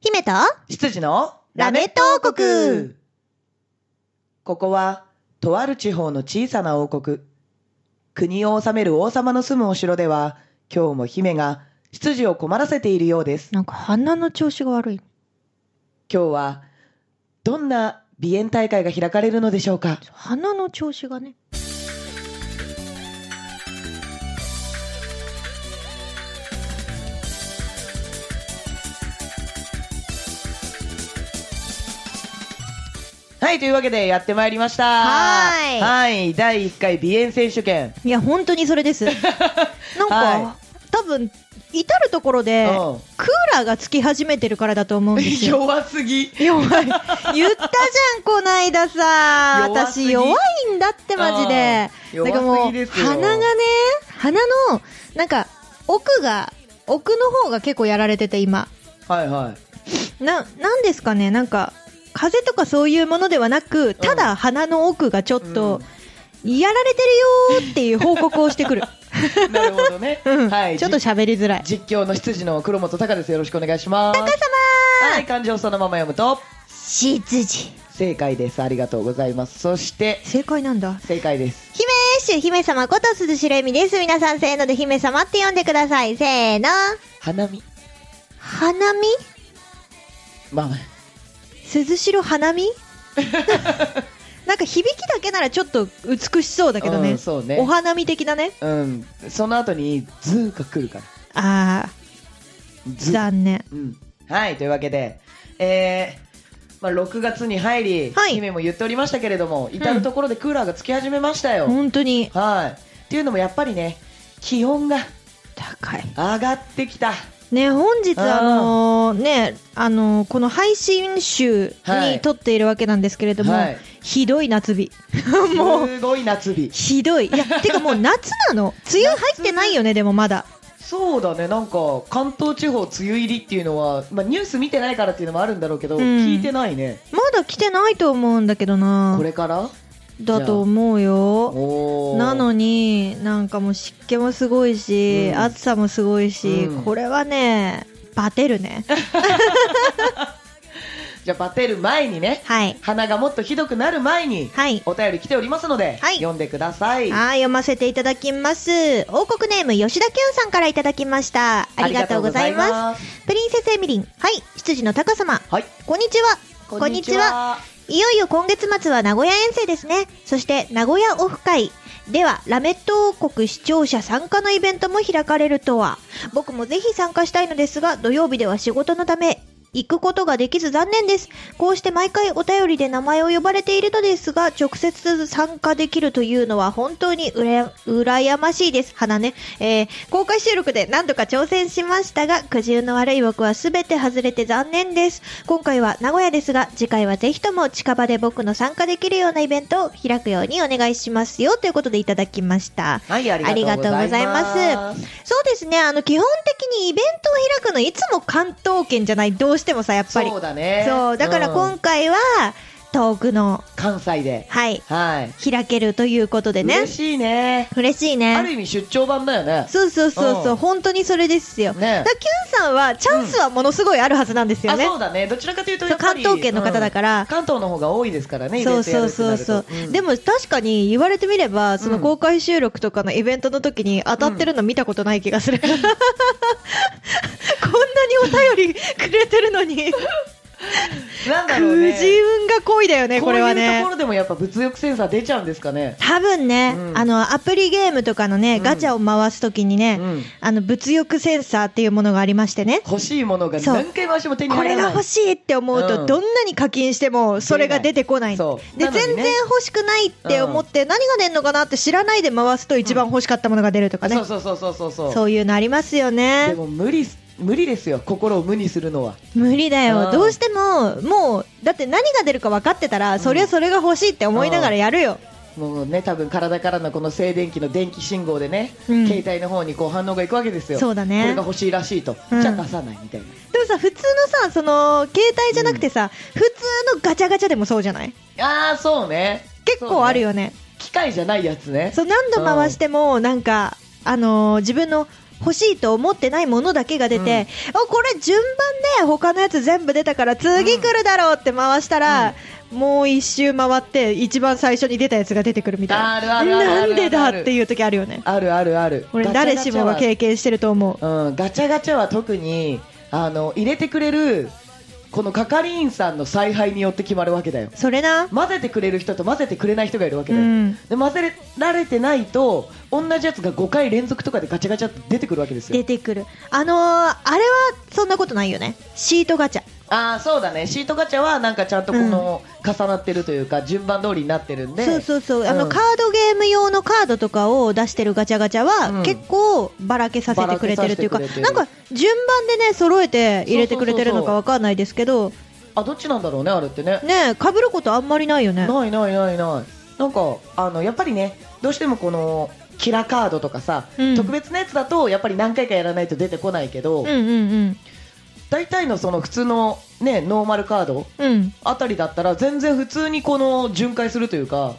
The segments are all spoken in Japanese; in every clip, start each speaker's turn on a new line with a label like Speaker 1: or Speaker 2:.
Speaker 1: 姫と
Speaker 2: 羊の
Speaker 1: ラメット王国
Speaker 2: ここは、とある地方の小さな王国。国を治める王様の住むお城では、今日も姫が執事を困らせているようです。
Speaker 1: なんか鼻の調子が悪い。
Speaker 2: 今日は、どんな鼻炎大会が開かれるのでしょうか
Speaker 1: 鼻の調子がね。
Speaker 2: はい、というわけでやってまいりました。
Speaker 1: はーい
Speaker 2: はい、第1回鼻炎選手権。
Speaker 1: いや、本当にそれ です。なんか、
Speaker 2: は
Speaker 1: 多分、至るところで、
Speaker 2: うん
Speaker 1: クーラーがつき始めてるからだと思うんですよ。
Speaker 2: 弱すぎ。
Speaker 1: 弱い。言ったじゃん、こないださ。
Speaker 2: 弱す
Speaker 1: 私
Speaker 2: ぎ
Speaker 1: 弱いんだって、マジで。
Speaker 2: うん
Speaker 1: なんかも
Speaker 2: 弱す
Speaker 1: う、
Speaker 2: ぎですよ
Speaker 1: 鼻がね、鼻の、なんか、奥が、奥の方が結構やられてて、今。
Speaker 2: はいはい。
Speaker 1: な、なんですかね、なんか、風邪とかそういうものではなく、ただ鼻の奥がちょっと、やられてるよーっていう報告を してくる。
Speaker 2: なるほどね。
Speaker 1: うん、
Speaker 2: はい。
Speaker 1: ちょっと喋りづらい。
Speaker 2: 実況の執事の黒本隆です。よろしくお願いします。隆様はい、漢字をそのまま読むと、
Speaker 1: しずじ。
Speaker 2: 正解です。ありがとうございます。そして、
Speaker 1: 正解なんだ。
Speaker 2: 正解です。
Speaker 1: 姫主姫様こと鈴しれみです。皆さんせーので姫様って呼んでください。せーの。
Speaker 2: 花見。
Speaker 1: 花見
Speaker 2: まあ、
Speaker 1: 鈴代花 見なんか響きだけならちょっと美しそうだけどね。
Speaker 2: うんそうね
Speaker 1: お花見的だね。
Speaker 2: うん。その後に、ズーが来るから。
Speaker 1: あー、
Speaker 2: ズー。
Speaker 1: 残念。
Speaker 2: うん。はい、というわけで、えー、まあ、6月に入り、
Speaker 1: はい
Speaker 2: 姫も言っておりましたけれども、至るところでクーラーがつき始めましたよ。
Speaker 1: 本当に
Speaker 2: はい。っていうのもやっぱりね、気温が
Speaker 1: 高い。
Speaker 2: 上がってきた。
Speaker 1: ね、本日、
Speaker 2: あー
Speaker 1: あのーね、あのーこの配信集
Speaker 2: は
Speaker 1: に
Speaker 2: い
Speaker 1: 撮っているわけなんですけれども、
Speaker 2: はい
Speaker 1: ひどい夏日。もう、
Speaker 2: すごい夏日。
Speaker 1: ひどい。い や、てかもう夏なの。梅雨入ってないよね、でもまだ。
Speaker 2: そうだね、なんか関東地方梅雨入りっていうのは、まあ、ニュース見てないからっていうのもあるんだろうけど、
Speaker 1: うん
Speaker 2: 聞いてないね、
Speaker 1: まだ来てないと思うんだけどな
Speaker 2: こ。れから
Speaker 1: だと思うよ。
Speaker 2: おー
Speaker 1: なのに、なんかもう湿気もすごいし、
Speaker 2: うん
Speaker 1: 暑さもすごいし、
Speaker 2: うん
Speaker 1: これはね、バテる ね。
Speaker 2: じゃあバテる前にね、
Speaker 1: はい。
Speaker 2: 花がもっとひどくなる前に、
Speaker 1: はい。
Speaker 2: お便り来ておりますので、
Speaker 1: はい
Speaker 2: 読んでください。
Speaker 1: はい、読ませていただきます。王国ネーム、吉田健さんからいただきました。ありがとうございます。
Speaker 2: ありがとうございます。
Speaker 1: プリンセスエミリン。はい、執事の高様。
Speaker 2: はい、
Speaker 1: こんにちは。
Speaker 2: こんにち。は。
Speaker 1: いよいよ今月末は名古屋遠征ですね。そして、名古屋オフ会。では、ラメット王国視聴者参加のイベントも開かれるとは。僕もぜひ参加したいのですが、土曜日では仕事のため、行くことができず残念です。こうして毎回お便りで名前を呼ばれているのですが、直接参加できるというのは本当にうらや、羨ましいです。花ね。えー公開収録で何度か挑戦しましたが、苦渋の悪い僕は全て外れて残念です。今回は名古屋ですが、次回はぜひとも近場で僕の参加できるようなイベントを開くようにお願いしますよ。ということでいただきました。
Speaker 2: はい、ありがとうございます。
Speaker 1: ありがとうございそうですね、あの、基本的にイベントを開くのいつも関東圏じゃない、どうしてもさ、やっぱり。
Speaker 2: そうだね。
Speaker 1: そう、だから
Speaker 2: ん
Speaker 1: 今回は、遠くの、
Speaker 2: 関西で。
Speaker 1: はい、
Speaker 2: はい。
Speaker 1: 開けるということでね
Speaker 2: 嬉。しいね。
Speaker 1: 嬉しい
Speaker 2: ある
Speaker 1: ね。
Speaker 2: 意味出張版だよね。
Speaker 1: そうそうそうそうう、
Speaker 2: ん
Speaker 1: 本当にそれですよ。だ
Speaker 2: ね
Speaker 1: からキュンさんは、チャンスはものすごいあるはずなんですよ
Speaker 2: あ、
Speaker 1: ね。
Speaker 2: そうだね。どちらかというと
Speaker 1: そ
Speaker 2: や
Speaker 1: う
Speaker 2: っぱ
Speaker 1: 関
Speaker 2: り、
Speaker 1: 東圏の方だ
Speaker 2: ら
Speaker 1: から、
Speaker 2: 関東の方が多いですからね、イベ
Speaker 1: そ
Speaker 2: ン
Speaker 1: う
Speaker 2: ト
Speaker 1: そう
Speaker 2: やるってな
Speaker 1: そう
Speaker 2: ると
Speaker 1: そう、
Speaker 2: ん
Speaker 1: でも確かに言われてみれば、その
Speaker 2: うん
Speaker 1: 公開収録とかのイベントの時に当たってるの見たことない気がする。 こんなにお便りくれてるの に、
Speaker 2: なんだろう
Speaker 1: く
Speaker 2: ね。
Speaker 1: じ運が恋だよね、これは
Speaker 2: こういう
Speaker 1: ね
Speaker 2: とこ。ろでもやっぱ物欲センサー出ちゃうんですかね。
Speaker 1: 多分ね、
Speaker 2: うん
Speaker 1: あの、アプリゲームとかのね、
Speaker 2: ん
Speaker 1: ガチャを回す時にね、
Speaker 2: うん
Speaker 1: あの、物欲センサーっていうものがありましてね。
Speaker 2: 欲しいものが
Speaker 1: そう
Speaker 2: 何回回しても手に
Speaker 1: こ
Speaker 2: 入
Speaker 1: れ
Speaker 2: ら
Speaker 1: が
Speaker 2: ない。
Speaker 1: 欲しいって思うと、
Speaker 2: うん
Speaker 1: どんなに課金してもそれが出てこない
Speaker 2: そう
Speaker 1: で
Speaker 2: なのにね
Speaker 1: 全然欲しくないって思って、何が出るのかなって知らないで回すと一番欲しかったものが出るとかね、
Speaker 2: そうそうそうそうそうそう。
Speaker 1: そういうのありますよ
Speaker 2: で
Speaker 1: ね
Speaker 2: も無理す無理ですよ。心を無にするのは。
Speaker 1: 無理だよ、
Speaker 2: うん
Speaker 1: どうしてももうだって何が出るか分かってたら、そりゃそれが欲しいって思いながらやるよ、
Speaker 2: もうね多分体からのこの静電気の電気信号でね、
Speaker 1: うん
Speaker 2: 携帯の方にこう反応がいくわけですよ。
Speaker 1: そうだね
Speaker 2: これが欲しいらしいと、
Speaker 1: うん
Speaker 2: じゃあ出さないみたいな。
Speaker 1: でもさ普通のさその携帯じゃなくてさ、普通のガチャガチャでもそうじゃない
Speaker 2: ああそうね。
Speaker 1: 結構ある
Speaker 2: よ。
Speaker 1: よね
Speaker 2: 機械じゃないやつね。
Speaker 1: そう何度回してもなんかあのー自分の欲しいと思ってないものだけが出て、あこれ順番で他のやつ全部出たから次来るだろうって回したら、もう一周回って一番最初に出たやつが出てくるみたいな
Speaker 2: あるあるあるある
Speaker 1: なんでだっていう時あるよね
Speaker 2: あるあるある。
Speaker 1: 俺
Speaker 2: ガチャガ
Speaker 1: 誰
Speaker 2: チ
Speaker 1: し
Speaker 2: ャ
Speaker 1: もが
Speaker 2: は
Speaker 1: 経験してると思う
Speaker 2: うん、ガチャガチャは特にあの入れてくれるこの係員さんの采配によって決まるわけだよ
Speaker 1: それな
Speaker 2: 混ぜてくれる人と混ぜてくれない人がいるわけ
Speaker 1: う
Speaker 2: だよ、
Speaker 1: ん
Speaker 2: で混ぜられてないと同じやつが5回連続とかでガチャガチャって出てくるわけですよ
Speaker 1: 出てくるあのーあれはそんなことないよねシートガチャ
Speaker 2: ああそうだねシートガチャはなんかちゃんとこの重なってるというか、順番通りになってるんで
Speaker 1: そうそうそう、あ
Speaker 2: う
Speaker 1: の
Speaker 2: ん
Speaker 1: カードゲーム用のカードとかを出してるガチャガチャは、
Speaker 2: うん
Speaker 1: 結構ばらけさせてくれてるというか
Speaker 2: ばらけさせて
Speaker 1: な
Speaker 2: くれ
Speaker 1: ん
Speaker 2: てる
Speaker 1: か順番でね揃えて入れてくれてるのかわかんないですけど
Speaker 2: あどっちなんだろうねあれってね
Speaker 1: ねかぶることあんまりないよね
Speaker 2: ないないないないなんかあのやっぱりねどうしてもこのキラカードとかさ、
Speaker 1: うん
Speaker 2: 特別なやつだとやっぱり何回かやらないと出てこないけど、
Speaker 1: うんうんうん
Speaker 2: 大体のその普通のねノーマルカード
Speaker 1: うんね
Speaker 2: あたりだったら全然普通にこの巡回するというか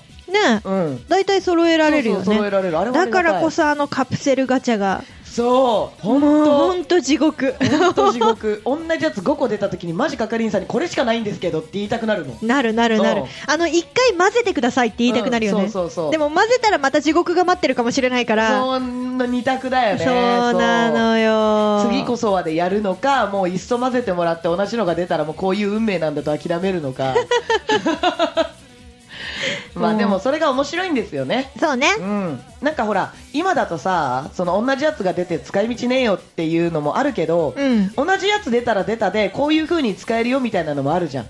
Speaker 2: うん
Speaker 1: だいたい揃えられるよ
Speaker 2: そうそう揃
Speaker 1: ね
Speaker 2: えられるあれはあ
Speaker 1: だ
Speaker 2: りが
Speaker 1: か
Speaker 2: たい
Speaker 1: らこそあのカプセルガチャが
Speaker 2: そう本
Speaker 1: もうほ
Speaker 2: 当
Speaker 1: んと地獄
Speaker 2: 本当地獄 同じやつ5個出た時にマジ係員さんにこれしかないんですけどって言いたくなるの
Speaker 1: なるなるなる
Speaker 2: そう
Speaker 1: あの一回混ぜてくださいって言いたくなるよね、
Speaker 2: うんそうそうそう
Speaker 1: でも混ぜたらまた地獄が待ってるかもしれないから
Speaker 2: そんな二択だよね
Speaker 1: そうなのよ
Speaker 2: 次こそはでやるのかもういっそ混ぜてもらって同じのが出たらもうこういう運命なんだと諦めるの かまあでもそれが面白いんですよね
Speaker 1: そうね
Speaker 2: うんなんかほら今だとさその同じやつが出て使い道ねえよっていうのもあるけど、
Speaker 1: うん
Speaker 2: 同じやつ出たら出たでこういう風に使えるよみたいなのもあるじゃん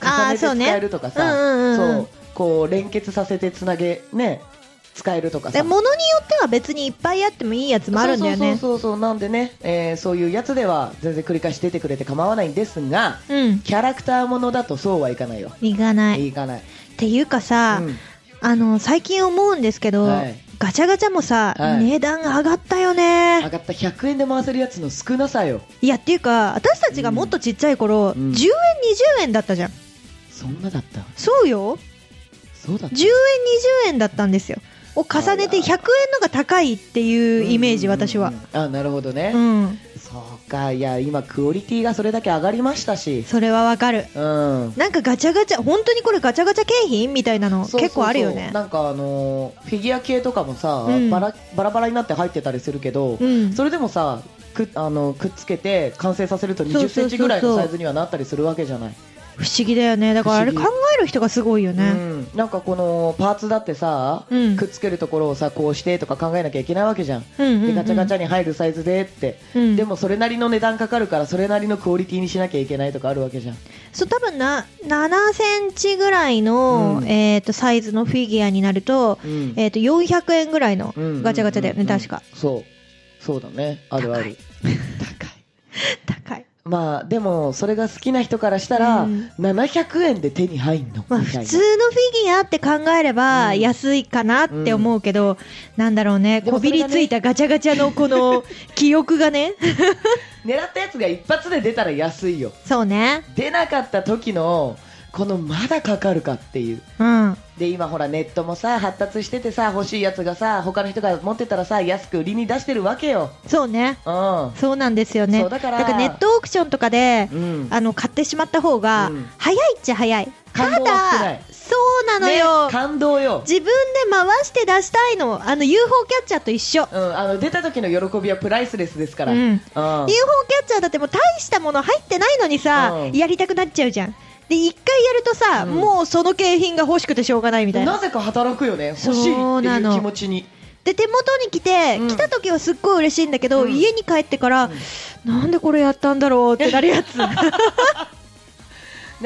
Speaker 1: あー
Speaker 2: 重ねて
Speaker 1: そうね
Speaker 2: 使えるとかさ
Speaker 1: うんうんうんうん
Speaker 2: そうこう連結させてつなげね使えるとか
Speaker 1: で
Speaker 2: さ
Speaker 1: 物によっては別にいっぱいあってもいいやつもあるんだよね
Speaker 2: そうそうそうそうなんでね、えーそういうやつでは全然繰り返し出てくれて構わないんですが
Speaker 1: うん
Speaker 2: キャラクターものだとそうはいかないよ、
Speaker 1: いかない
Speaker 2: い、かない、
Speaker 1: っていうかさ、
Speaker 2: うん
Speaker 1: あの最近思うんですけど、
Speaker 2: はい
Speaker 1: ガチャガチャもさ、
Speaker 2: はい
Speaker 1: 値段上がったよ
Speaker 2: 上
Speaker 1: ね
Speaker 2: がった100円で回せるやつの少なさよ
Speaker 1: いやっていうか私たちがもっとちっちゃい頃、10
Speaker 2: うん
Speaker 1: 円20円だったじゃん
Speaker 2: そんなだった
Speaker 1: そうよ
Speaker 2: そうだった
Speaker 1: 10円20円だったんですよを重ねて100円のが高いっていうイメージ、私は
Speaker 2: うんうんうんあなるほどね、
Speaker 1: うん
Speaker 2: そうかいや今クオリティがそれだけ上がりましたし
Speaker 1: それはわかる
Speaker 2: うん
Speaker 1: なんかガチャガチャ本当にこれガチャガチャ景品みたいなの
Speaker 2: そうそうそう
Speaker 1: 結構あるよね
Speaker 2: なんかあのーフィギュア系とかもさ、
Speaker 1: うん
Speaker 2: バラバラバラになって入ってたりするけど、
Speaker 1: うん
Speaker 2: それでもさくあのくっつけて完成させると
Speaker 1: そうそう
Speaker 2: 20
Speaker 1: そうそう
Speaker 2: センチぐらいのサイズにはなったりするわけじゃない
Speaker 1: 不思議だよねだからあれ
Speaker 2: 不
Speaker 1: 考
Speaker 2: 思議
Speaker 1: える人がすごいよ
Speaker 2: う
Speaker 1: ね、
Speaker 2: ん、なんかこのパーツだってさ、
Speaker 1: うん
Speaker 2: くっつけるところをさこうしてとか考えなきゃいけないわけじゃん、
Speaker 1: うんうんうん
Speaker 2: でガチャガチャに入るサイズでって、
Speaker 1: うん
Speaker 2: でもそれなりの値段かかるからそれなりのクオリティにしなきゃいけないとかあるわけじゃん
Speaker 1: そう多分な7センチぐらいの、
Speaker 2: うん
Speaker 1: えー、とサイズのフィギュアになると,、
Speaker 2: うん
Speaker 1: えー、と400円ぐらいの
Speaker 2: うん
Speaker 1: ガチャガチャだよね、
Speaker 2: うんうん
Speaker 1: 確か
Speaker 2: そうそうだねあるある高い
Speaker 1: 高い
Speaker 2: まあでもそれが好きな人からしたら、
Speaker 1: うん
Speaker 2: 700円で手に入んの
Speaker 1: まあ、
Speaker 2: みた
Speaker 1: 普
Speaker 2: いな
Speaker 1: 通のフィギュアって考えれば
Speaker 2: うん
Speaker 1: 安いかなって思うけど、なんだろうね
Speaker 2: で
Speaker 1: こ
Speaker 2: もそ
Speaker 1: び
Speaker 2: れがね
Speaker 1: りついたガチャガチャのこ の記憶がね
Speaker 2: 狙ったやつが一発で出たら安いよ
Speaker 1: そうね
Speaker 2: 出なかった時のこのまだかかるかっていう
Speaker 1: うん
Speaker 2: で今ほらネットもさ発達しててさ欲しいやつがさ他の人が持ってたらさ安く売りに出してるわけよ
Speaker 1: そうね
Speaker 2: うん
Speaker 1: そうなんですよね
Speaker 2: そうだから
Speaker 1: ネットオークションとかで、
Speaker 2: うん
Speaker 1: あの買ってしまった方が
Speaker 2: うん
Speaker 1: 早いっちゃ早い、
Speaker 2: 感動は少ない
Speaker 1: ただそうなのよ、
Speaker 2: ね感動よ、
Speaker 1: 自分で回して出したいのあの UFO キャッチャーと一緒、
Speaker 2: うん、あの出た時の喜びはプライスレスですから、
Speaker 1: うん UFO キ
Speaker 2: うん
Speaker 1: ャッチャーだってもう大したもの入ってないのにさ、
Speaker 2: うん
Speaker 1: やりたくなっちゃうじゃんで一回やるとさ、
Speaker 2: うん
Speaker 1: もうその景品が欲しくてしょうがないみたいな
Speaker 2: なぜか働くよね欲しいって
Speaker 1: そうないの
Speaker 2: う気持ちに
Speaker 1: で手元に来て、
Speaker 2: うん
Speaker 1: 来た時はすっごい嬉しいんだけど、
Speaker 2: うん
Speaker 1: 家に帰ってから、
Speaker 2: ん
Speaker 1: なんでこれやったんだろうってなるや つ
Speaker 2: な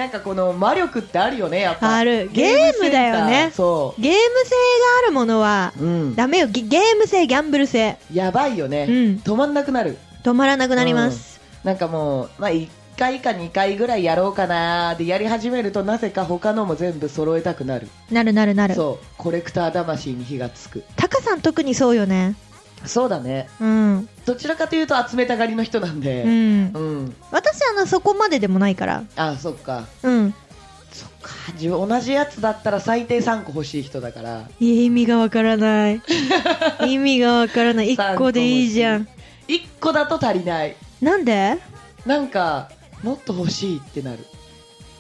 Speaker 2: んかこの魔力ってあるよねやっぱ
Speaker 1: あるゲームだよね
Speaker 2: ゲームセンターそ
Speaker 1: ゲーム性があるものは、
Speaker 2: う、うん、
Speaker 1: ダメよゲゲーム性ギャンブル性
Speaker 2: やばいよね、
Speaker 1: うん
Speaker 2: 止まんなくなる
Speaker 1: 止まらなくなります、
Speaker 2: なんかもう、まあ、1回か2回ぐらいやろうかなーでやり始めるとなぜか他のも全部揃えたくなる
Speaker 1: なるなるなる
Speaker 2: そうコレクター魂に火がつく
Speaker 1: タカさん特にそうよね
Speaker 2: そうだね
Speaker 1: うん、
Speaker 2: どちらかというと集めたがりの人なん
Speaker 1: う
Speaker 2: で
Speaker 1: ん
Speaker 2: うん、
Speaker 1: 私あのそこまででもないから
Speaker 2: あそっか
Speaker 1: うん
Speaker 2: そっか自分同じやつだったら最低3個欲しい人だから
Speaker 1: いや意味がわからない 意味がわからない1個でいいじゃん
Speaker 2: 1個だと足りない
Speaker 1: なんで
Speaker 2: なんかもっと欲しいってなる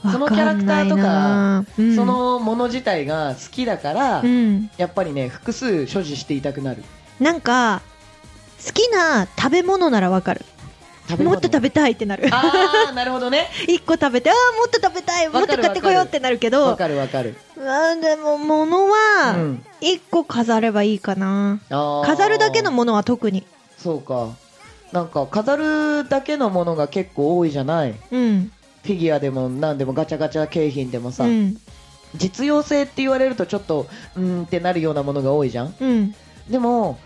Speaker 2: その
Speaker 1: わかんないなうん
Speaker 2: そのもの自体が好きだから、
Speaker 1: うん
Speaker 2: やっぱりね複数所持していたくなる
Speaker 1: なんか好きな食べ物ならわかる
Speaker 2: 食べ
Speaker 1: も
Speaker 2: 物
Speaker 1: っと食べたいってなる
Speaker 2: ああなるほどね
Speaker 1: 一個食べてああもっと食べたいも
Speaker 2: わ
Speaker 1: っ
Speaker 2: か
Speaker 1: と
Speaker 2: る
Speaker 1: 買ってこようってなるけど
Speaker 2: わ
Speaker 1: あ
Speaker 2: かるわかる、
Speaker 1: ーでも物
Speaker 2: う
Speaker 1: は
Speaker 2: ん
Speaker 1: 一個飾ればいいかな
Speaker 2: あー
Speaker 1: 飾るだけのものは特に
Speaker 2: そうかなんか飾るだけのものが結構多いじゃない
Speaker 1: うん
Speaker 2: フィギュアでも何でもガチャガチャ景品でもさ、
Speaker 1: うん
Speaker 2: 実用性って言われるとちょっとうーんってなるようなものが多いじゃん
Speaker 1: うん
Speaker 2: でも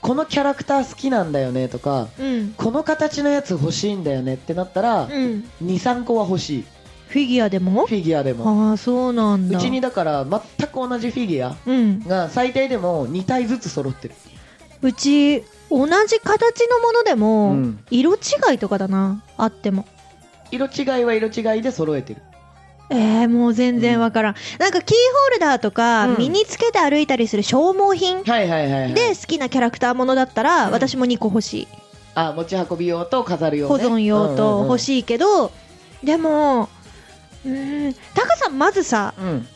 Speaker 2: このキャラクター好きなんだよねとか
Speaker 1: うん
Speaker 2: この形のやつ欲しいんだよねってなったら、
Speaker 1: うん
Speaker 2: 23個は欲しい
Speaker 1: フィギュアでも
Speaker 2: フィギュアでも
Speaker 1: ああそうなん
Speaker 2: う
Speaker 1: だ
Speaker 2: ちにだから全く同じフィギュア
Speaker 1: うん
Speaker 2: が最低でも2体ずつ揃ってる
Speaker 1: うち同じ形のものでも、
Speaker 2: うん
Speaker 1: 色違いとかだなあっても
Speaker 2: 色違いは色違いで揃えてる
Speaker 1: えー、もう全然わからん、なんかキーホルダーとか、
Speaker 2: うん
Speaker 1: 身につけて歩いたりする消耗品
Speaker 2: はいはいはい、はい、
Speaker 1: で好きなキャラクターものだったら、
Speaker 2: うん
Speaker 1: 私も2個欲しい
Speaker 2: あ持ち運び用と飾る用、
Speaker 1: 保
Speaker 2: ね、
Speaker 1: 存用と欲
Speaker 2: い、
Speaker 1: しいけど、でもうーんタカさんまずさ
Speaker 2: うんうんうん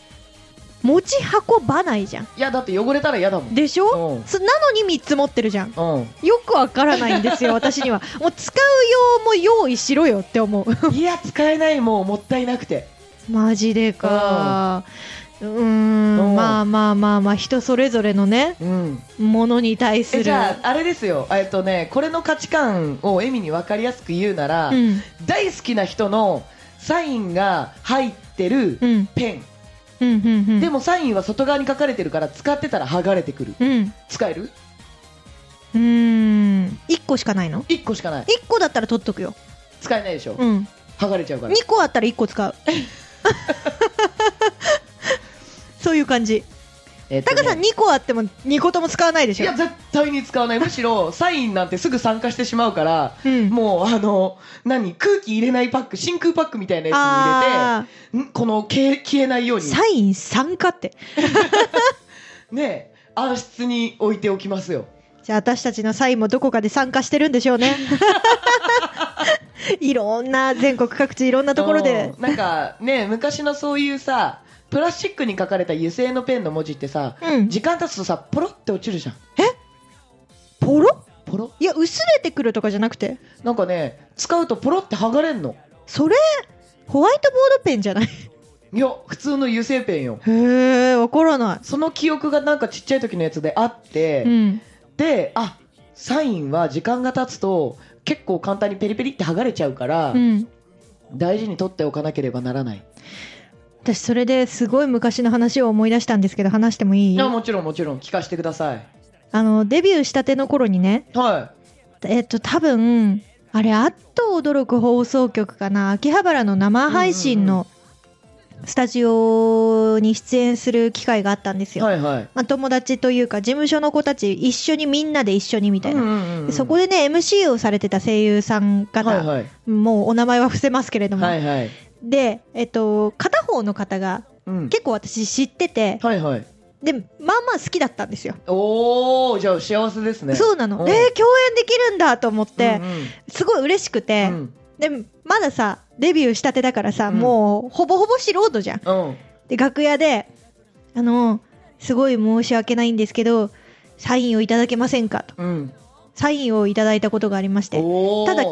Speaker 1: 持ち運ばないじゃん
Speaker 2: いやだって汚れたら嫌だもん
Speaker 1: でしょ、
Speaker 2: うん
Speaker 1: そなのに3つ持ってるじゃん
Speaker 2: うん
Speaker 1: よくわからないんです よ私にはもう使う用も用意しろよって 思う
Speaker 2: いや使えないもうもったいなくて
Speaker 1: マジでかうー
Speaker 2: うんん
Speaker 1: まあまあまあまあ人それぞれのね
Speaker 2: うん
Speaker 1: ものに対す
Speaker 2: え
Speaker 1: る
Speaker 2: じゃああれですよえっとねこれの価値観をエミに分かりやすく言うなら、
Speaker 1: うん
Speaker 2: 大好きな人のサインが入ってる
Speaker 1: うん
Speaker 2: ペン、
Speaker 1: うんうんうん
Speaker 2: でもサインは外側に書かれてるから使ってたら剥がれてくる
Speaker 1: うんう
Speaker 2: 使える
Speaker 1: ーん1個しかないの
Speaker 2: 1個しかない
Speaker 1: 1個だったら取っとくよ、
Speaker 2: 使えないでしょ、
Speaker 1: うん、
Speaker 2: 剥がれちゃうから
Speaker 1: 2個あったら1個 使うそういう感じ
Speaker 2: えっと
Speaker 1: タ
Speaker 2: ね
Speaker 1: カさん2個あっても2個とも使わないで
Speaker 2: い
Speaker 1: しょ
Speaker 2: や絶対に使わないむしろサインなんてすぐ参加してしまうから
Speaker 1: うん
Speaker 2: もうあの何空気入れないパック真空パックみたいなやつに入
Speaker 1: あ
Speaker 2: れてんこの消え消えないよう
Speaker 1: ー
Speaker 2: に
Speaker 1: サイン参加って
Speaker 2: ね暗室に置いておきますよ
Speaker 1: じゃあ私たちのサインもどこかで参加してるんでしょうね。 いろんな全国各地いろんなところで
Speaker 2: う。んなんかね昔のそういうさプラスチックに書かれた油性のペンの文字ってさ
Speaker 1: うん。
Speaker 2: 時間経つとさポロって落ちるじゃん
Speaker 1: ポロ
Speaker 2: ポロ
Speaker 1: いや、薄れてくるとかじゃなくて。
Speaker 2: なんかね使うとポロって剥がれんの
Speaker 1: それ、ホワイトボードペンじゃない
Speaker 2: いや普通の油性ペンよ
Speaker 1: へえ、わからな
Speaker 2: その記憶がなんかちっちゃい時のやつであって、
Speaker 1: い。うん。
Speaker 2: であサインは時間が経つと結構簡単にペリペリって剥がれちゃうから、
Speaker 1: うん。
Speaker 2: 大事に取っておかなければならない、
Speaker 1: 私、それですごい昔の話を思い出したんですけど、話してもいい
Speaker 2: いやもちろんもちろん聞かせてください
Speaker 1: あの、デビューしたての頃にね、
Speaker 2: は
Speaker 1: えっと、多分、あれ、あっと驚く放送局かな、秋葉原の生配信
Speaker 2: うん
Speaker 1: のスタジオに出演する機会があったんです
Speaker 2: い
Speaker 1: よ。
Speaker 2: はいはい
Speaker 1: まあ、友達というか、事務所の子たち、一緒にみんなで一緒にみたいな。
Speaker 2: うんうんうん
Speaker 1: でそこでね、MC をされてた声優さん方、
Speaker 2: はいはい
Speaker 1: もうお名前は伏せますけれども、
Speaker 2: はいはい
Speaker 1: で、えっと、片方の方が
Speaker 2: うん
Speaker 1: 結構私知ってて、
Speaker 2: はいはい
Speaker 1: で、まあまあ好きだったんですよ。
Speaker 2: おおじゃあ幸せですね
Speaker 1: そううなの。
Speaker 2: ん
Speaker 1: えー共演できるんだと思って
Speaker 2: ん、うん
Speaker 1: すごい嬉しくて、
Speaker 2: うん
Speaker 1: でもまださデビューしたてだからさ、
Speaker 2: うん
Speaker 1: もうほぼほぼ素人じゃん
Speaker 2: うん
Speaker 1: で楽屋で「あのすごい申し訳ないんですけどサインをいただけませんか?」と
Speaker 2: うん
Speaker 1: サインをいただいたことがありまして
Speaker 2: おー
Speaker 1: ただ共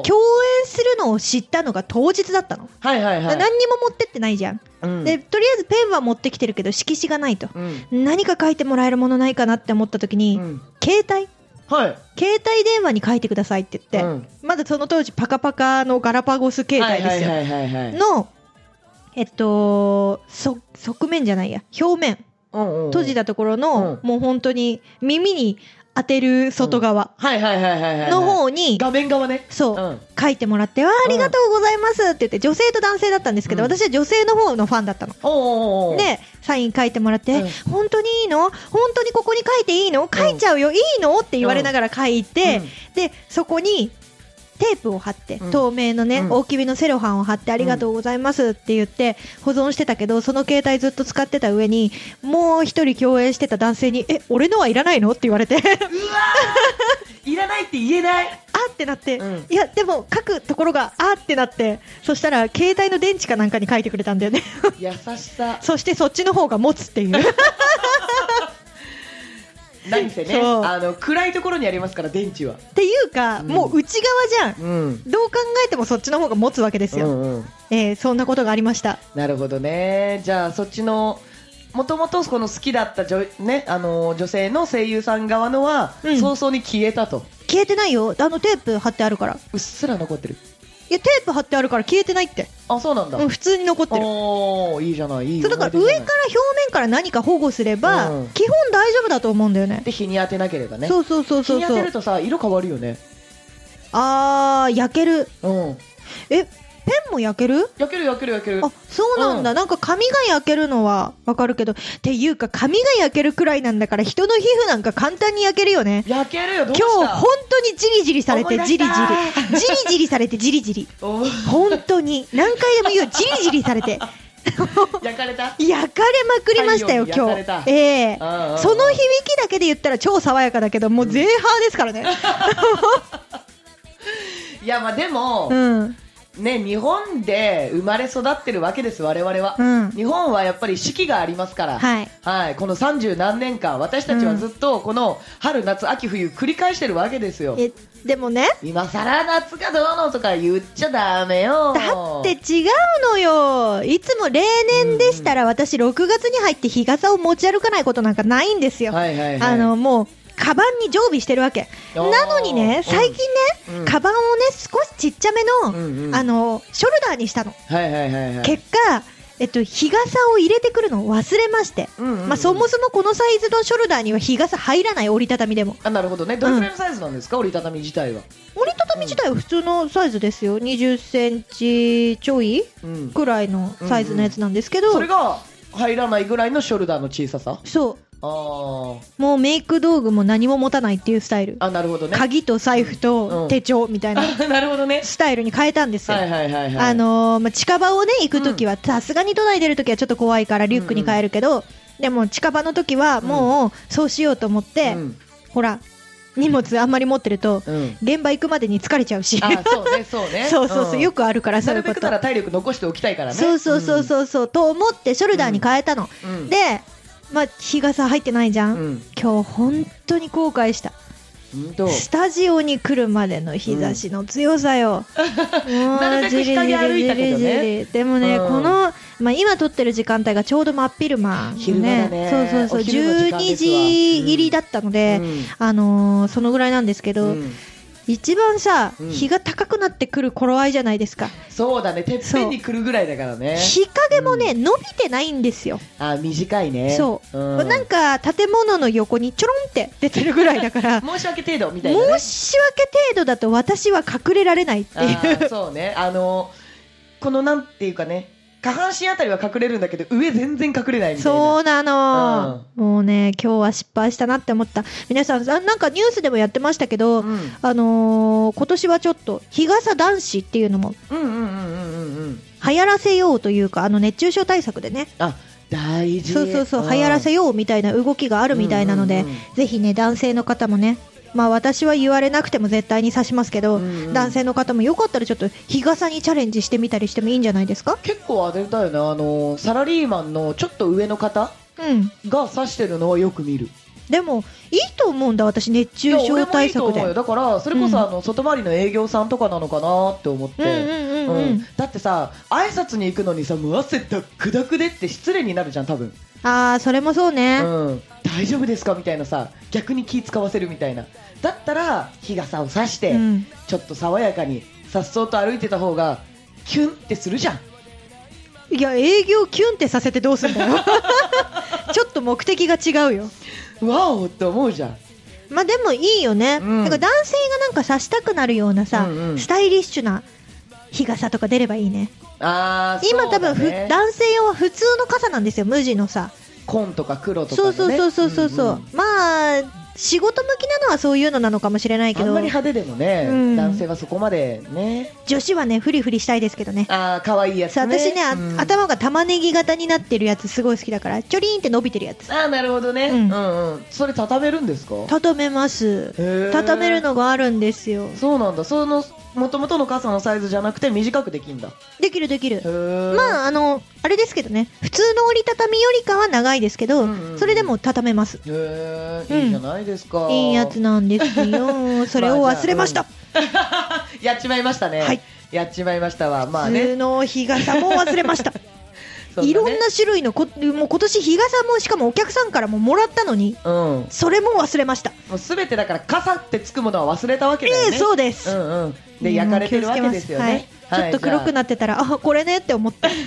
Speaker 1: 演するのを知ったのが当日だったの、
Speaker 2: はいはいはい
Speaker 1: 何にも持ってってないじゃん、
Speaker 2: うん
Speaker 1: でとりあえずペンは持ってきてるけど色紙がないと
Speaker 2: うん
Speaker 1: 何か書いてもらえるものないかなって思った時に、
Speaker 2: うん
Speaker 1: 携帯
Speaker 2: はい
Speaker 1: 携帯電話に書いてくださいって言って、
Speaker 2: うん
Speaker 1: まだその当時パカパカのガラパゴス携帯ですよ
Speaker 2: はいはいはいはい
Speaker 1: の、えっと、そ側面じゃないや表面閉
Speaker 2: 閉
Speaker 1: じたところの、
Speaker 2: う
Speaker 1: もう本当に耳に当てる外側
Speaker 2: はいはいはいはいはい
Speaker 1: の方に、
Speaker 2: 画面側ね
Speaker 1: そうう、
Speaker 2: ん
Speaker 1: 書いてもらって「わあありがとうございます」って言って女性と男性だったんですけど、
Speaker 2: うん
Speaker 1: 私は女性の方のファンだったの。
Speaker 2: おーおーおー
Speaker 1: でサイン書いてもらって、
Speaker 2: うん
Speaker 1: 本当にいいの本当にここに書いていいの書いちゃうよ、いいのって言われながら書いて、
Speaker 2: うん
Speaker 1: でそこにテープを貼って、
Speaker 2: うん
Speaker 1: 透明のね、
Speaker 2: うん
Speaker 1: 大きめのセロハンを貼って、ありがとうございますって言って保存してたけど、その携帯ずっと使ってた上に、もう一人共演してた男性に、え、俺のはいらないのって言われて、
Speaker 2: いらないって言えない。
Speaker 1: あってなって、
Speaker 2: うん
Speaker 1: いや、でも書くところがあってなって、そしたら携帯の電池かなんかに書いてくれたんだよね。
Speaker 2: 優しさ。
Speaker 1: そしてそっちの方が持つって いう。
Speaker 2: 何せね、
Speaker 1: そう
Speaker 2: あの暗いところにありますから電池は。
Speaker 1: っていうか、
Speaker 2: うん
Speaker 1: もう内側じゃん。
Speaker 2: うん。
Speaker 1: どう考えてもそっちの方が持つわけです
Speaker 2: う
Speaker 1: よ。
Speaker 2: んうん。
Speaker 1: えーそんなことがありました。
Speaker 2: なるほどね。じゃあそっちの。もともとこの好きだった女,、ね、あの女性の声優さん側のは、
Speaker 1: うん
Speaker 2: 早々に消えたと
Speaker 1: 消えてないよ。あのテープ貼ってあるから。
Speaker 2: うっすら残ってる
Speaker 1: いや、テープ貼ってあるから消えてないって。
Speaker 2: あそうなんだ、
Speaker 1: うん、普通に残ってる。
Speaker 2: おーいいじゃないいい
Speaker 1: そうだから上
Speaker 2: 思い
Speaker 1: か
Speaker 2: 出
Speaker 1: ら
Speaker 2: じゃない
Speaker 1: 表面から何か保護すれば、
Speaker 2: うん
Speaker 1: 基本大丈夫だと思うんだよね。
Speaker 2: で日に当てなければね
Speaker 1: そうそうそうそう
Speaker 2: 日に当
Speaker 1: そ
Speaker 2: てる
Speaker 1: う。
Speaker 2: とさ色変わるよね
Speaker 1: あー、焼ける。
Speaker 2: うん
Speaker 1: え、ペンも焼ける
Speaker 2: 焼ける焼ける焼ける
Speaker 1: あ、そうなんだ。
Speaker 2: うん
Speaker 1: なんか髪が焼けるのはわかるけど、っていうか髪が焼けるくらいなんだから人の皮膚なんか簡単に焼けるよね。
Speaker 2: 焼けるよどうし
Speaker 1: 今
Speaker 2: た
Speaker 1: 日本当にジリジリされ
Speaker 2: 思い
Speaker 1: て
Speaker 2: 出
Speaker 1: ジリ
Speaker 2: し
Speaker 1: ジ
Speaker 2: た
Speaker 1: リ。ジリジリされてジリジリ。
Speaker 2: おー
Speaker 1: 本当に。何回でも言う。ジリジリされて。
Speaker 2: 焼かれた
Speaker 1: 焼かれまくりましたよ、
Speaker 2: 太陽
Speaker 1: 今
Speaker 2: に
Speaker 1: 日
Speaker 2: 焼かれ。た
Speaker 1: ええ
Speaker 2: うんうんうん
Speaker 1: その響きだけで言ったら超爽やかだけど、もう前半ですからね。
Speaker 2: いやまあでも
Speaker 1: う、ん。
Speaker 2: ね日本で生まれ育ってるわけです我々は、
Speaker 1: うん
Speaker 2: 日本はやっぱり四季がありますから
Speaker 1: はい
Speaker 2: この三十何年間私たちはずっとこの春夏秋冬繰り返してるわけですよ、
Speaker 1: え、でもね、
Speaker 2: 今さら夏がどうのとか言っちゃダメよ
Speaker 1: だって違うのよ。いつも例年でしたら私6月に入って日傘を持ち歩かないことなんかないんですよ。
Speaker 2: はいはいはい
Speaker 1: あの、もう、カバンに常備してるわけ。
Speaker 2: あー
Speaker 1: なのにね、最近ね、
Speaker 2: うん
Speaker 1: カバンをね、少しちっちゃめの、
Speaker 2: うんうん
Speaker 1: あの、ショルダーにしたの。
Speaker 2: はいはいはいはい
Speaker 1: 結果、えっと、日傘を入れてくるのを忘れまして。
Speaker 2: うんうんうん
Speaker 1: まあ、そもそもこのサイズのショルダーには日傘入らない折りたたみでも。
Speaker 2: あなるほどねどれくらいのサイズなんですか、折りたたみ自体は、
Speaker 1: 折りたたみ自体は普通のサイズですよ。20センチちょい
Speaker 2: うん、
Speaker 1: くらいのサイズのやつなんですけど。
Speaker 2: それが入らないぐらいのショルダーの小ささ
Speaker 1: そう。
Speaker 2: あー
Speaker 1: もうメイク道具も何も持たないっていうスタイル。
Speaker 2: あなるほどね
Speaker 1: 鍵と財布
Speaker 2: う
Speaker 1: と
Speaker 2: ん
Speaker 1: 手帳みたいな
Speaker 2: あなるほどね
Speaker 1: スタイルに変えたんですよ。
Speaker 2: はいはいはいはい
Speaker 1: あのーまあ、近場をね、行くときは、さすがに都内出るときはちょっと怖いからリュックに変えるけど、でも近場のときはもうそうしようと思って、
Speaker 2: うん
Speaker 1: ほら、荷物あんまり持ってると、
Speaker 2: うん、
Speaker 1: 現場行くまでに疲れちゃうし。
Speaker 2: あそうねそうね
Speaker 1: そうそうそう、よ
Speaker 2: く
Speaker 1: くあるから、そ
Speaker 2: な
Speaker 1: ういう
Speaker 2: るべ
Speaker 1: こ
Speaker 2: く
Speaker 1: と
Speaker 2: な。ら体力残しておきたいからね
Speaker 1: そうそうそうそうそう、と思ってショルダーに変えたの。
Speaker 2: うん、うん、
Speaker 1: で、まあ、日傘入ってないじゃ、
Speaker 2: うんん
Speaker 1: 今日本当に後悔した。
Speaker 2: うんと
Speaker 1: スタジオに来るまでの日差しの強さよ。もう
Speaker 2: なるべく日陰歩いたけ
Speaker 1: じり
Speaker 2: どね
Speaker 1: じりじりでもね、
Speaker 2: うん
Speaker 1: この、まあ、今撮ってる時間帯がちょうど真っ昼間、ね。
Speaker 2: 昼間だね
Speaker 1: そうそうそう、
Speaker 2: お昼の
Speaker 1: 12
Speaker 2: 時間ですわ
Speaker 1: 時入りだったので、
Speaker 2: うん
Speaker 1: あのーそのぐらいなんですけど、
Speaker 2: うん
Speaker 1: 一番さ、
Speaker 2: うん
Speaker 1: 日が高くなってくる頃合いじゃないですか。
Speaker 2: そうだねてっぺんに来るぐらいだからね
Speaker 1: 日陰もね、伸びてないんですよ。
Speaker 2: あ短いね
Speaker 1: そう、
Speaker 2: うん、
Speaker 1: なんか、建物の横にちょろんって出てるぐらいだから、
Speaker 2: 申し訳程度みたいな、ね、
Speaker 1: 申し訳程度だと私は隠れられないって
Speaker 2: あ
Speaker 1: いう。
Speaker 2: ーそうねあのこのなんていうかね下半身あたりは隠れるんだけど上全然隠れないみたいな
Speaker 1: そうなの、もうね今日は失敗したなって思った皆さんあなんかニュースでもやってましたけど、
Speaker 2: うん
Speaker 1: あのー今年はちょっと日傘男子っていうのも
Speaker 2: うんうんうんうんうんうん
Speaker 1: 流行らせようというかあの熱中症対策でね
Speaker 2: あ大事
Speaker 1: そうそうそう流行らせようみたいな動きがあるみたいなので、
Speaker 2: うんうんうん
Speaker 1: ぜひね男性の方もねまあ私は言われなくても絶対に指しますけど、
Speaker 2: うんうん
Speaker 1: 男性の方もよかったらちょっと日傘にチャレンジしてみたりしてもいいんじゃないですか
Speaker 2: 結構あれだよねあのサラリーマンのちょっと上の方
Speaker 1: うん
Speaker 2: が指してるのはよく見る
Speaker 1: でもいいと思うんだ私熱
Speaker 2: い
Speaker 1: 中
Speaker 2: 俺
Speaker 1: 症
Speaker 2: もい
Speaker 1: 対
Speaker 2: いと
Speaker 1: 策
Speaker 2: 思
Speaker 1: で
Speaker 2: うよだからそれこそ、
Speaker 1: うん
Speaker 2: あの外回りの営業さんとかなのかなって思っ
Speaker 1: うんうん
Speaker 2: て、
Speaker 1: うんうん、
Speaker 2: うんだってさ挨拶に行くのにさもう汗だくだくでって失礼になるじゃん多分、
Speaker 1: ああそれもそうね、
Speaker 2: うん、大丈夫ですかみたいなさ逆に気使わせるみたいなだったら日傘を差して、
Speaker 1: うん
Speaker 2: ちょっと爽やかにさっそうと歩いてた方がキュンってするじゃん
Speaker 1: いや営業キュンってさせてどうすんだ よちょっと目的が違うよ
Speaker 2: わおって思うじゃん
Speaker 1: まあでもいいよね、
Speaker 2: うん
Speaker 1: だから男性がなんかさしたくなるようなさ、
Speaker 2: うんうん
Speaker 1: スタイリッシュな日傘とか出ればいいね
Speaker 2: あー
Speaker 1: 今多分
Speaker 2: そう
Speaker 1: ふ、
Speaker 2: だね
Speaker 1: 男性用は普通の傘なんですよ無地のさ
Speaker 2: 紺とか黒とか
Speaker 1: そ
Speaker 2: の
Speaker 1: う
Speaker 2: ね
Speaker 1: そうそうそうそう、
Speaker 2: んん
Speaker 1: まあ仕事向きなのはそういうのなのかもしれないけ
Speaker 2: あん
Speaker 1: ど
Speaker 2: まり派手でもね、
Speaker 1: うん
Speaker 2: 男性はそこまでね
Speaker 1: 女子はねフリフリしたいですけどね
Speaker 2: ああ可愛いやつね
Speaker 1: そう私ね、あ
Speaker 2: うん
Speaker 1: 頭が玉ねぎ型になってるやつすごい好きだからちょりーんって伸びてるやつ
Speaker 2: ああなるほどね、
Speaker 1: う
Speaker 2: うんん、うんそれ畳めるんですか
Speaker 1: 畳めます
Speaker 2: へー
Speaker 1: 畳めるのがあるんですよ
Speaker 2: そうなんだその元々の傘のサイズじゃなくて短くできんだ
Speaker 1: できるできる
Speaker 2: へえあ
Speaker 1: まああのあれですけどね普通の折りたたみよりかは長いですけど、
Speaker 2: うんうん
Speaker 1: それでも畳めます
Speaker 2: へ
Speaker 1: うん
Speaker 2: えいいじゃないですか、
Speaker 1: いいやつなんです よそれを忘れました、
Speaker 2: やっちまいましたね
Speaker 1: はい
Speaker 2: やっちまいましたわまあ
Speaker 1: 普通
Speaker 2: ね
Speaker 1: の日傘も忘れました、
Speaker 2: そうだね
Speaker 1: いろんな種類のこもう今年日傘もしかもお客さんからももらったのに
Speaker 2: うんも
Speaker 1: それも忘れました、
Speaker 2: うすべてだから傘ってつくものは忘れたわけだよ
Speaker 1: ええ
Speaker 2: ね、
Speaker 1: そうです、
Speaker 2: うんうんで焼かれてるわけですよね、
Speaker 1: うん気をつけますはいちょっと黒く
Speaker 2: な
Speaker 1: なってたら、あこれねって思って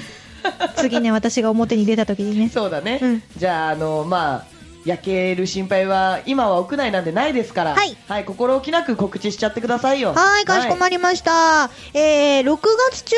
Speaker 1: 次ね私が表に出た時にね
Speaker 2: そうだね、
Speaker 1: うん
Speaker 2: じゃああのまあ焼ける心配は今は屋内なんでないですから
Speaker 1: はい、
Speaker 2: 心置きなく告知しちゃってくださいよ
Speaker 1: はいかしこまりました、えー、6月中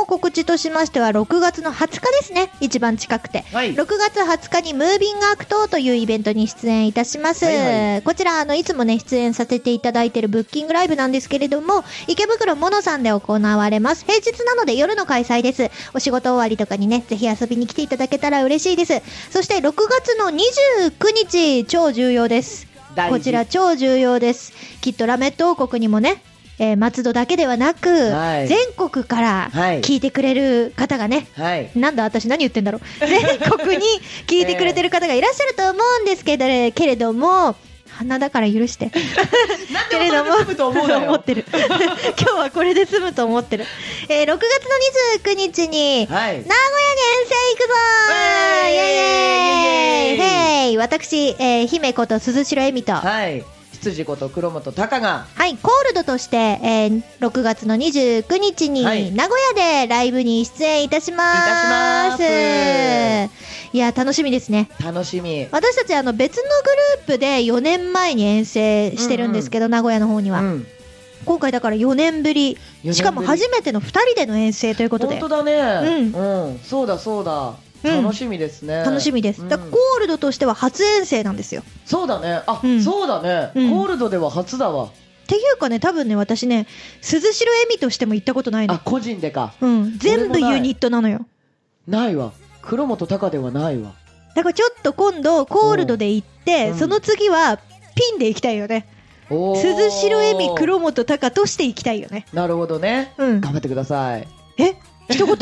Speaker 1: の告知としましては6月の20日ですね一番近くて
Speaker 2: はい、
Speaker 1: 6月20日にムービングアクトというイベントに出演いたします。
Speaker 2: はいは
Speaker 1: こちら、あの、いつもね、出演させていただいているブッキングライブなんですけれども、池袋モノさんで行われます。平日なので夜の開催です。お仕事終わりとかにね、ぜひ遊びに来ていただけたら嬉しいです。そして、6月の29日、超重要です。
Speaker 2: 大事
Speaker 1: こちら、超重要です。きっとラメット王国にもね、えー松戸だけではなく、
Speaker 2: はい
Speaker 1: 全国から
Speaker 2: はい
Speaker 1: 聞いてくれる方がね、
Speaker 2: はい
Speaker 1: なんだ私何言ってんだろう 全国に聞いてくれてる方がいらっしゃると思うんですけど、けれども鼻だから許して
Speaker 2: なん
Speaker 1: けれども
Speaker 2: でもと思うなよ
Speaker 1: 思って る今日はこれで済むと思ってる、えー6月の29日に、
Speaker 2: はい
Speaker 1: 名古屋に遠征行くぞー
Speaker 2: イ
Speaker 1: イエ
Speaker 2: エ
Speaker 1: イ
Speaker 2: ー
Speaker 1: イエイイェ
Speaker 2: イ
Speaker 1: イ私、えー姫こと鈴代恵美と
Speaker 2: はい羊こと黒本隆が
Speaker 1: はい、コールドとして、えー6月の29日に、
Speaker 2: はい
Speaker 1: 名古屋でライブに出演いたします。
Speaker 2: いたしま
Speaker 1: いや、楽しみですね。
Speaker 2: 楽しみ
Speaker 1: 私たち、あの、別のグループで4年前に遠征してるんですけど、名古屋の方には。
Speaker 2: うん
Speaker 1: 今回だから4年ぶり。
Speaker 2: 4
Speaker 1: しかも
Speaker 2: 年ぶり
Speaker 1: 初めての2人での遠征ということで
Speaker 2: 本。当だね
Speaker 1: う
Speaker 2: うん、そうだそうだ、
Speaker 1: うん
Speaker 2: 楽しみですね
Speaker 1: 楽しみです。
Speaker 2: うん
Speaker 1: だからコールドとしては初遠征なんですよ。
Speaker 2: そうだねあ、
Speaker 1: うん
Speaker 2: そうだね、
Speaker 1: うん
Speaker 2: コールドでは初だわ
Speaker 1: っていうかね、多分ね、私ね、鈴代恵美としても行ったことない
Speaker 2: あ
Speaker 1: の。
Speaker 2: 個人でか
Speaker 1: うん。全部
Speaker 2: 俺もない
Speaker 1: ユニットなのよ。
Speaker 2: ないわ黒本隆ではないわ
Speaker 1: だからちょっと今度コールドで行って、
Speaker 2: うん
Speaker 1: その次はピンで行きたいよね
Speaker 2: おー
Speaker 1: 鈴代恵美黒本隆として行きたいよね
Speaker 2: なるほどね、
Speaker 1: うん
Speaker 2: 頑張ってください
Speaker 1: え一 言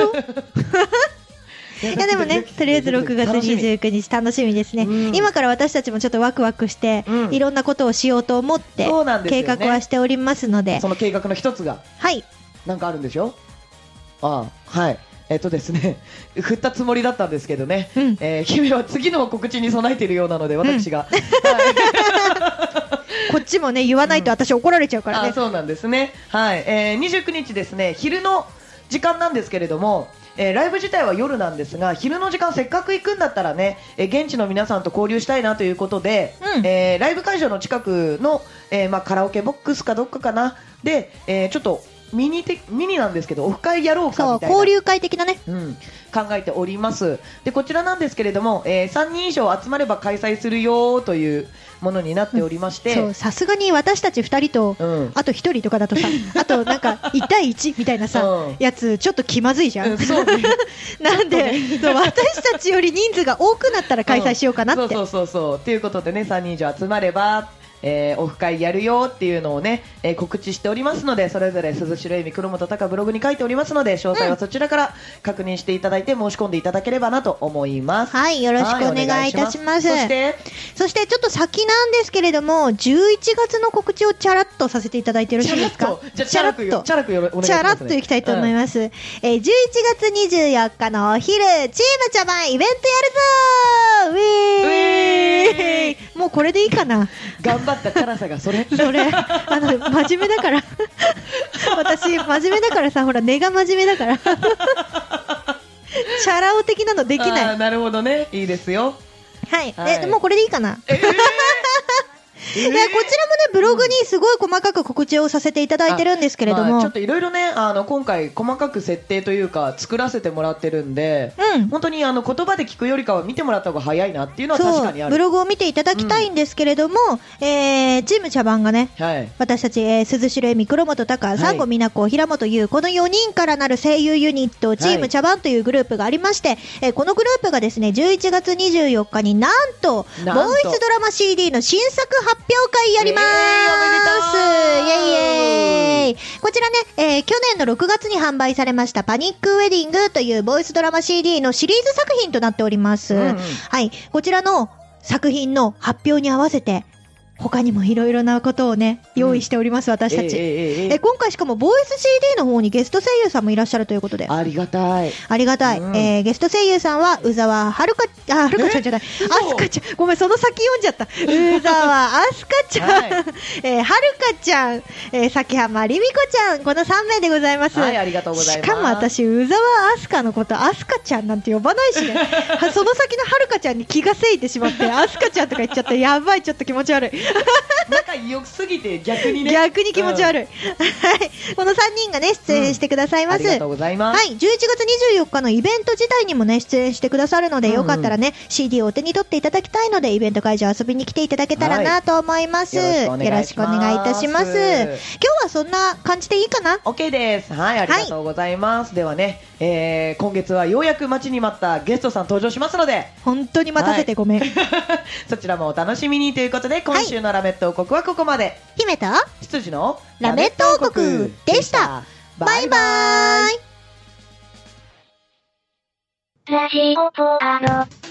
Speaker 2: い
Speaker 1: いやでもねとりあえず6月29日楽しみですね、
Speaker 2: うん
Speaker 1: 今から私たちもちょっとワクワクして、
Speaker 2: うん
Speaker 1: いろんなことをしようと思って
Speaker 2: そうなんです
Speaker 1: 計
Speaker 2: よね
Speaker 1: 画はしておりますので
Speaker 2: その計画の一つが
Speaker 1: はい
Speaker 2: なんかあるんでしょああはいえっとですね振ったつもりだったんですけどね、
Speaker 1: うん
Speaker 2: えー姫は次の告知に備えているようなので 私が、
Speaker 1: こっちもね言わないと私怒られちゃうから
Speaker 2: はい、
Speaker 1: ね、
Speaker 2: あそうなんですねはい、えー、29日ですね昼の時間なんですけれどもえーライブ自体は夜なんですが昼の時間せっかく行くんだったらね、えー現地の皆さんと交流したいなということで、
Speaker 1: うん
Speaker 2: えーライブ会場の近くの、えーまあ、カラオケボックスかどっかかなで、えーちょっとミニてミニなんですけどオフ会やろうか
Speaker 1: そう
Speaker 2: みたいな
Speaker 1: 交流会的なね
Speaker 2: うん、考えておりますでこちらなんですけれども、えー3人以上集まれば開催するよというものになっておりまし
Speaker 1: そ
Speaker 2: て
Speaker 1: う、さすがに私たち2人と、
Speaker 2: うん
Speaker 1: あと1人とかだ とさあとなんか1対1みたいなさ、
Speaker 2: うん
Speaker 1: やつちょっと気まずいじゃん、
Speaker 2: うんそうね
Speaker 1: なんで、そう私たちより人数が多くなったら開催しようかなって、
Speaker 2: うんそうそうそうそうということでね3人以上集まれば、えーオフ会やるよっていうのをね、えー告知しておりますのでそれぞれ鈴代恵美黒本隆ブログに書いておりますので詳細はそちらから確認していただいて申し込んでいただければなと思います、
Speaker 1: はいよろしくお願いいたします,、
Speaker 2: はいお願いしま
Speaker 1: そしてちょっと先なんですけれども11月の告知をチャラッとさせていただいてよ
Speaker 2: そ
Speaker 1: ろ
Speaker 2: し
Speaker 1: しいです
Speaker 2: て
Speaker 1: か
Speaker 2: じゃあチャラくよチャラくよろお願いし
Speaker 1: チ
Speaker 2: ます、
Speaker 1: ャ
Speaker 2: ね、
Speaker 1: ラッといきたいと思い
Speaker 2: す、
Speaker 1: ます、えー11月24日のお昼チーム茶番イベントやるぞーウィー
Speaker 2: ウィ
Speaker 1: もうこれでいいかな
Speaker 2: 頑張ったチャラさがそれ
Speaker 1: それあの真面目だ から私真面目だからさほら根が真面目だ からチャラ男的なのでき
Speaker 2: あ
Speaker 1: な
Speaker 2: ー
Speaker 1: い
Speaker 2: なるほどねいいですよ
Speaker 1: はい、
Speaker 2: は
Speaker 1: え
Speaker 2: い
Speaker 1: もうこれでいいかな、で、こちらもね、ブログにすごい細かく告知をさせていただいてるんですけれども。
Speaker 2: まあちょっといろいろねあの今回細かく設定というか作らせてもらってるんで、
Speaker 1: うん
Speaker 2: 本当にあの言葉で聞くよりかは見てもらった方が早いなっていうのは確
Speaker 1: そ
Speaker 2: か
Speaker 1: う
Speaker 2: にあ、る
Speaker 1: ブログを見ていただきたいんですけれども、えー、チーム茶番がね、
Speaker 2: はい
Speaker 1: 私たち、えー、鈴代恵美、黒本
Speaker 2: は
Speaker 1: 隆、
Speaker 2: い
Speaker 1: 三後美奈子、平本優、この4人からなる声優ユニット、チーム茶番というグループがありまして、えーこのグループがですね、11月24日になんと、
Speaker 2: なんと
Speaker 1: ボイスドラマ CD の新作発表会やります、
Speaker 2: えーおめでとう
Speaker 1: イェイイェイこちらね、えー去年の6月に販売されました、パニックウェディングというボイスドラマ CD のシリーズ作品となっております。
Speaker 2: うんうん
Speaker 1: はい、こちらの作品の発表に合わせて、他にもいろいろなことをね、用意しております、私たち。え
Speaker 2: ええええええ
Speaker 1: 今回しかもボイス CD の方にゲスト声優さんもいらっしゃるということで。あ
Speaker 2: ありがたい
Speaker 1: りがたい、
Speaker 2: うん
Speaker 1: えーゲスト声優さんは、宇沢はるか、あ、はるかちゃんじゃない。あすかちゃん。ごめん、その先読んじゃ った。宇沢あすかちゃん、
Speaker 2: はい
Speaker 1: えーはるかちゃん、えー、崎浜りみこちゃん、この3名でございます。
Speaker 2: はいありがとうございます
Speaker 1: しかも私、宇沢アスカのこと、アスカちゃんなんて呼ばないし ね。はその先のはるかちゃんに気がせいてしまって、アスカちゃんとか言っちゃった。やばい、ちょっと気持ち悪い。
Speaker 2: 仲良すぎて逆にね
Speaker 1: 逆に気持ち
Speaker 2: い、
Speaker 1: 悪い。 はい。この3人がね、出演してください
Speaker 2: うんあ
Speaker 1: ます。
Speaker 2: りがとうございます、
Speaker 1: はい、11月24日のイベント自体にもね、出演してくださるので、
Speaker 2: うん
Speaker 1: よかったらね、CD をお手に取っていただきたいので、イベント会場遊びに来ていただけたらなと思います。
Speaker 2: はい
Speaker 1: よ
Speaker 2: よ
Speaker 1: ろ
Speaker 2: ろ
Speaker 1: し
Speaker 2: し
Speaker 1: く
Speaker 2: く
Speaker 1: お
Speaker 2: お
Speaker 1: 願
Speaker 2: 願
Speaker 1: い
Speaker 2: い
Speaker 1: いた
Speaker 2: いた
Speaker 1: し
Speaker 2: し
Speaker 1: ま。
Speaker 2: ますす
Speaker 1: 今日はそんな感じでいいかな
Speaker 2: OK です。はい、ありがとうございます。ではね、えー今月はようやく待ちに待ったゲストさん登場しますので、
Speaker 1: 本当に待たせてごめん。
Speaker 2: そちらもお楽しみにということで、今週のラメット王国はここまで。
Speaker 1: 姫と、
Speaker 2: 羊の
Speaker 1: ラメット王国でした。バイバーイ
Speaker 3: ラジオポアド。